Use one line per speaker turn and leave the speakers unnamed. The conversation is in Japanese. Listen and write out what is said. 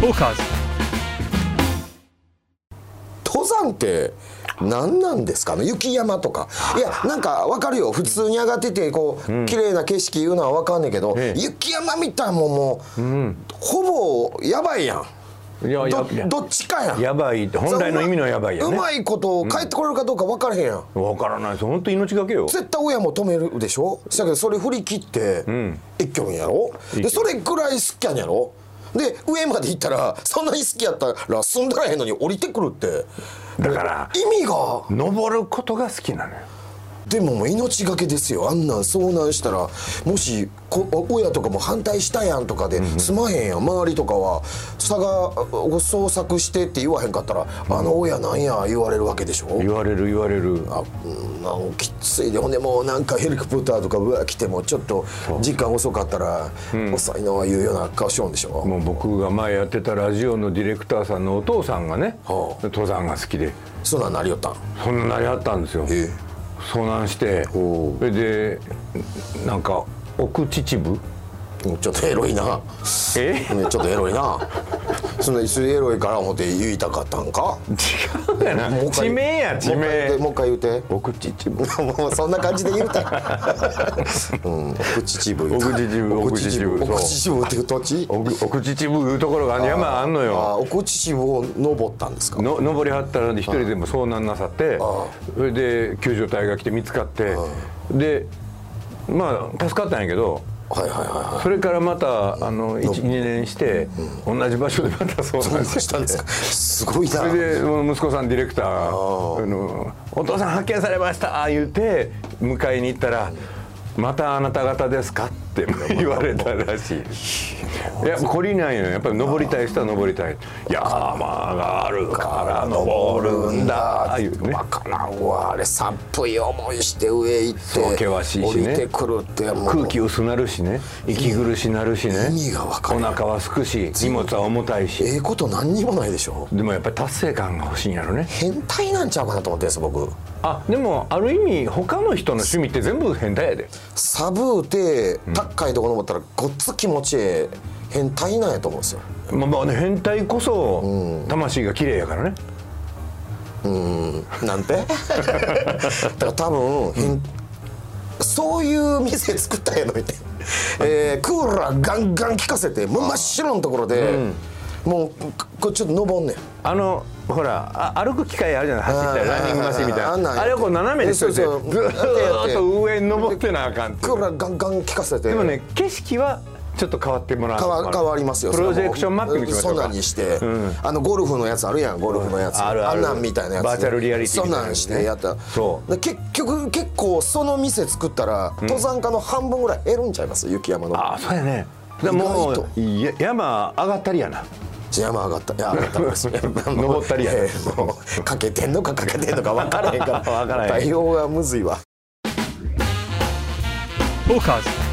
トーカーズ
登山って何なんですかね雪山とかいやなんか分かるよ普通に上がっててこう、綺麗な景色いうのは分かんねんけど、
ええ
雪山みたいなもんもう、ほぼやばいやん
いや
ど
やや
どっちかやん
やばいって本来の意味のやばいや
う
ね
まいこと帰ってこれるかどうか分からへんやん、
わからないです本当命がけよ
絶対親も止めるでしょだけどそれ振り切って一挙にやろでそれぐらい好きやんやろで上まで行ったらそんなに好きやったら住んだらへんのに降りてくるって
だから
意味が
登ることが好きなのよ
でももう命がけですよあんなん遭難したらもしこ親とかも反対したやんとかで、すまへんやん周りとかは佐賀を捜索してって言わへんかったら、あの親なんや言われるわけでしょ
言われる言われる
あうんなんかきついでほんでもうなんかヘリコプターとかうわ来てもちょっと時間遅かったら遅いのは言うような顔しようんでしょ、
もう僕が前やってたラジオのディレクターさんのお父さんがね、
はあ
登山が好きで
そんなんなりよったん
そんななりあったんですよ
え
遭難して
おう
それでなんか奥秩父
うんちょっとエロいな、
え
ね、ちょっとエロいなそのそれエロいから思って言いたかったんか
違うやな
もう一回
地名や地名
もう一回言うてもう一回言うて
奥秩父
もうそんな感じで言うた ようん、奥秩父
奥秩父
奥秩父
奥
奥
秩
秩父っていう土地
奥奥秩父いうところが山あんの
あ
よ
奥秩父を登ったんですか
の登りはったら一人でも遭難なさってそれで救助隊が来て見つかってでまあ助かったんやけど
はいはいはいは
それからまたあの12年して同じ場所でまた遭難
い
して
したんですかすごいな
それでその息子さんディレクターがあの「お父さん発見されました」言うて迎えに行ったら「またあなた方ですか?」って 言われたらしい。いや懲りないのよやっぱり登りたい人は登りたい「山があるから登るんだ」いうね
わからんわあれ寒い思いして上行って
そう険しいしね
降りてくるってもう
空気薄なるしね息苦しなるしね
意味がわか
お
らん
腹はすくし荷物は重たいし
ええこと何にもないでしょ
でもやっぱり達成感が欲しいんやろね
変態なんちゃうかなと思ってんです僕
あでもある意味他の人の趣味って全部変態やで
寒うて高いとこ登ったらごっつ気持ちええ変態なんやと思うんですよ
まあまあね変態こそ魂が綺麗やからね、
なんてだから多分、変そういう店作ったんやのみたいな、えークーラーガンガン効かせてもう真っ白のところで、もうここちょっと登んねん
あのほらあ歩く機会あるじゃない走ったりランニングマシンみたいな
あ
あ
んなんやって
れをこう斜めにしといてず
そうそう
ーっと上に登ってなあかんって
クーラーガンガン効かせて
でもね景色はちょっと変わってもらう
変わ変わりますよ
プロジェクションマッピングしましょ
そ
うんか
なんにして、あのゴルフのやつあるやんゴルフのやつ、
うんあるある
んなんみたいなやつ
バーチャルリアリティ
そ
み
ん
たいな
なん
や
し
つね
てやった
そう
で結局結構その店作ったら、登山家の半分ぐらい減るんちゃいます雪山の
ああそうやねで
意
も
外
うや山上がったりやな
山上がったいや上がったんですよ
登ったりや
ええもうかけてんのかかけてんの か分からへんから
分からへん
対応がむずいわ
トーカーズ